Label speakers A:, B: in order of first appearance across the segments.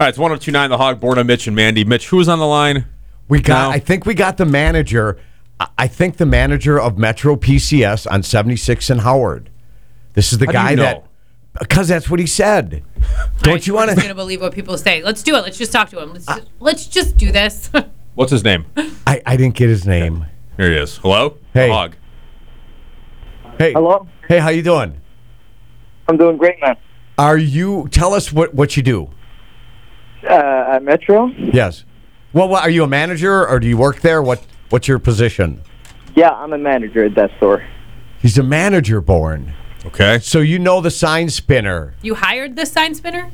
A: right, it's 1029 The Hog, Borna, Mitch, and Mandy. Mitch, who was on the line?
B: We got.
A: No.
B: I think we got the manager. I- I think the manager of Metro PCS on 76 and Howard. This is the
A: How do you
B: guy
A: know?
B: that because that's what he said.
C: I-
B: Don't you want
C: I'm just
B: to?
C: gonna believe what people say? Let's do it. Let's just talk to him. Let's
B: Uh,
C: just, let's just do this.
A: What's his name?
B: I, I didn't get his name.
A: Here he is. Hello?
B: Hey.
A: The Hog.
B: Hey,
D: Hello?
B: Hey, how you doing?
D: I'm doing great, man.
B: Are you? Tell us what what you do.
D: Uh, at Metro?
B: Yes. Well, what, are you a manager or do you work there? What What's your position?
D: Yeah, I'm a manager at that store.
B: He's a manager born,
A: Okay.
B: so you know the sign spinner.
C: you hired this sign spinner?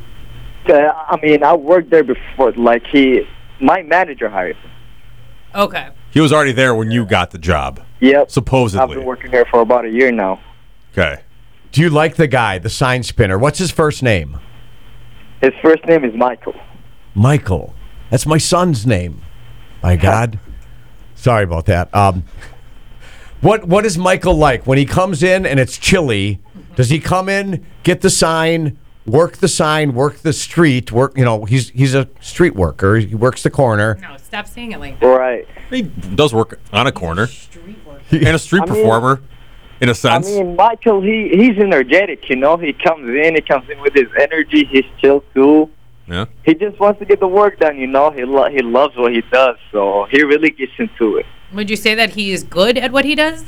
D: Uh, I mean, I worked there before. Like, he, my manager hired me.
C: Okay.
A: He was already there when you got the job,
D: Yep. I've
A: supposedly.
D: been working there for about a year now.
A: Okay.
B: Do you like the guy, the sign spinner? What's his first name?
D: His first name is Michael.
B: Michael. That's my son's name. My God. Sorry about that. Um, what What is Michael like when he comes in and it's chilly? Does he come in, get the sign, work the sign, work the street, work? You know, he's he's a street worker. He works the corner.
C: No, stop saying it like that.
D: Right.
A: He does work on a corner
C: Street worker.
A: and a street
D: I mean-
A: performer, in a
D: I
A: sense.
D: mean, Michael, he, he's energetic, you know? He comes in, he comes in with his energy, he's chill, cool.
A: yeah.
D: He just wants to get the work done, you know? He, lo- he loves what he does, so he really gets into it.
C: Would you say that he is good at what he does?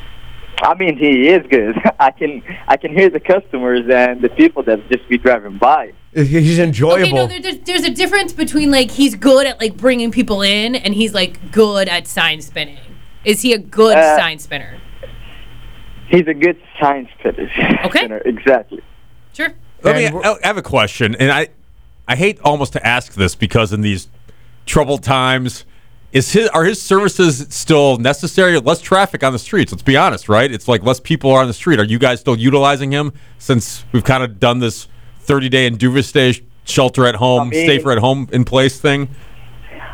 D: I mean, he is good. I can I can hear the customers and the people that just be driving by.
B: He's
C: Okay,
B: enjoyable.
C: no, there, there's, there's a difference between like he's good at like bringing people in and he's like good at sign spinning. Is he a good
D: Uh,
C: sign spinner?
D: He's a good science fitter.
C: Okay.
D: exactly.
C: Sure.
A: Let me,
B: And we're-
A: I I have a question, and I, I hate almost to ask this because in these troubled times, is his are his services still necessary? Less traffic on the streets. Let's be honest, right? It's like less people are on the street. Are you guys still utilizing him since we've kind of done this thirty day in stay shelter at home,
D: mean-
A: safer at home in place thing?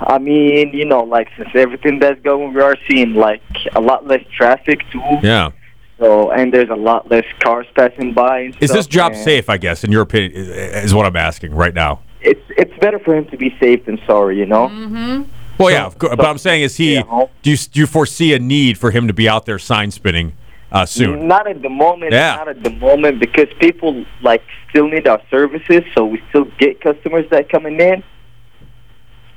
D: I mean, you know, like since everything that's going, we are seeing like a lot less traffic too.
A: Yeah.
D: So and there's a lot less cars passing by. And
A: Is this
D: stuff,
A: job
D: and
A: safe? I guess in your opinion i- is what I'm asking right now.
D: It's it's better for him to be safe than sorry, you know.
A: Well, yeah, of course, but I'm saying is he?
D: Yeah, home.
A: Do you do you foresee a need for him to be out there sign spinning uh, soon?
D: Not at the moment.
A: Yeah.
D: Not at the moment because people like still need our services, so we still get customers that coming in.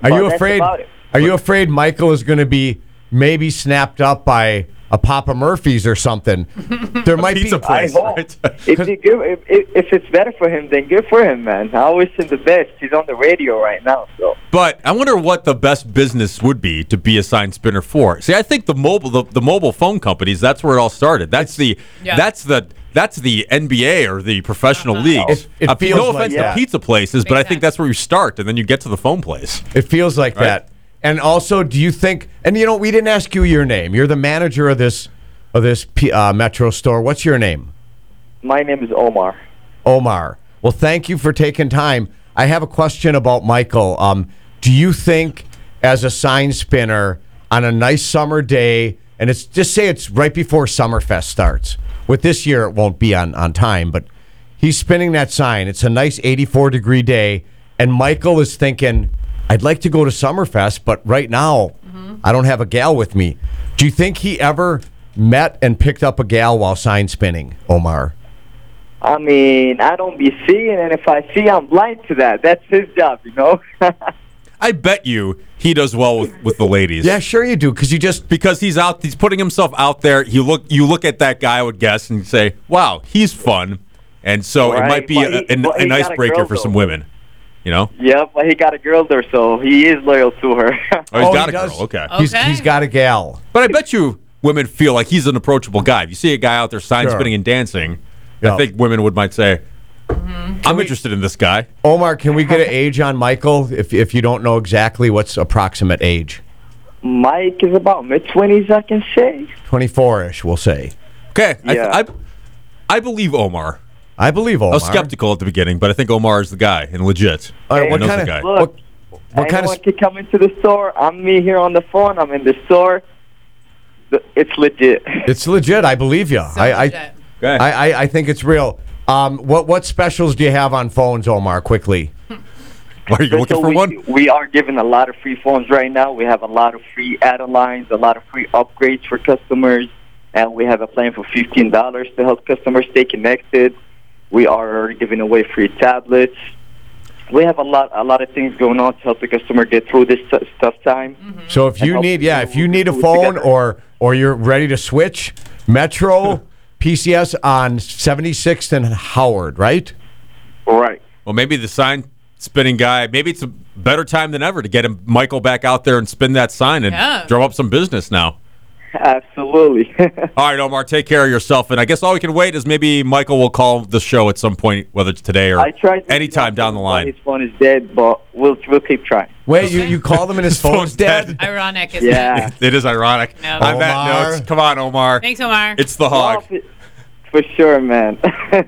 B: Are
D: Well,
B: you
D: that's
B: afraid?
D: about it.
B: Are you afraid Michael is going to be maybe snapped up by a Papa Murphy's or something? There might
A: pizza
B: be.
A: place,
D: hope.
A: right?
D: Oh. If, you give, if, if if it's better for him, then good for him, man. I wish him the best. He's on the radio right now, so
A: but I wonder what the best business would be to be a sign spinner for. See, I think the mobile the, the mobile phone companies that's where it all started. That's the
C: Yeah. Uh-huh.
A: that's the that's the NBA or the professional leagues.
B: It- it
A: Uh,
B: feels
A: no
B: like
A: offense
D: that.
A: to pizza places, but I
C: Makes
A: think
C: sense.
A: that's where you start, and then you get to the phone place.
B: It feels like that. And also, do you think? And you know, we didn't ask you your name. You're the manager of this of this P- uh, Metro store. What's your name?
D: my name is Omar.
B: Omar. Well, thank you for taking time. I have a question about Michael. Um, do you think, as a sign spinner on a nice summer day, and it's just say it's right before Summerfest starts. With this year, it won't be on on time, but he's spinning that sign. It's a nice 84 degree day, and Michael is thinking, "I'd like to go to Summerfest, but right now, I don't have a gal with me." Do you think he ever met and picked up a gal while sign spinning, Omar?
D: I mean, I don't be seeing, and if I see, I'm blind to that. That's his job, you know.
A: I bet you he does well with, with the ladies.
B: Yeah, sure you do, because you just
A: because he's out he's putting himself out there you look you look at that guy i would guess and say wow he's fun and so it
D: Right,
A: might be
D: but
A: a,
D: he-
A: an,
D: but he
A: an
D: got a
A: icebreaker
D: girl,
A: for some
D: though.
A: women you know
D: yeah, but he got a girl there, so he is loyal to her.
A: oh he's
B: Oh,
A: got
B: he
A: a
B: does.
A: girl okay
B: He's,
C: Okay.
B: he's got a gal.
A: but i bet you women feel like he's an approachable guy if you see a guy out there sign
B: Sure.
A: spinning and dancing
B: Yeah.
A: i think women would might say i'm interested in this guy
B: Omar, can we get an age on Michael if, if you don't know exactly what's approximate age?
D: Mike is about mid twenties, I can say.
B: 24 ish, we'll say.
A: okay I,
D: Yeah.
A: I, I believe omar
B: I believe Omar.
A: i was skeptical at the beginning but i think omar is the guy and legit
B: All right, what
A: He knows
B: kind
A: the
B: of.
A: guy.
B: What,
D: Look,
B: what kind
D: Anyone
B: of.
D: can come into the store. I'm me here on the phone. I'm in the store. Th- It's legit.
B: It's legit. I believe you.
C: So
B: I, I,
C: legit.
A: Okay.
B: I, I, I think it's real. Um, what, what specials do you have on phones, Omar, quickly?
A: Are you looking
D: So
A: for
D: we,
A: one?
D: We are giving a lot of free phones right now. We have a lot of free add-on lines, a lot of free upgrades for customers, and we have a plan for fifteen dollars to help customers stay connected. We are giving away free tablets. We have a lot, a lot of things going on to help the customer get through this t- tough time.
C: Mm-hmm.
B: So if you
D: help
B: need, yeah, if you need a
D: put it
B: phone
D: together.
B: or or you're ready to switch, Metro PCS on 76th and Howard, right?
D: All right.
A: Well, maybe the sign spinning guy, maybe it's a better time than ever to get him, Michael back out there and spin that sign and
C: Yeah.
A: drum up some business now.
D: Absolutely.
A: All right, Omar, take care of yourself. And I guess all we can wait is maybe Michael will call the show at some point, whether it's today or
D: I tried to-
A: anytime down the line.
D: His phone is dead, but we'll we'll keep trying.
B: Wait, you, you call them and his phone's
A: phone's dead.
B: dead.
C: Ironic, isn't it?
D: Yeah.
A: It is ironic.
C: No.
A: On that
B: Omar.
A: note, come on, Omar.
C: Thanks, Omar.
A: It's the hog.
D: Oh, for- for sure, man.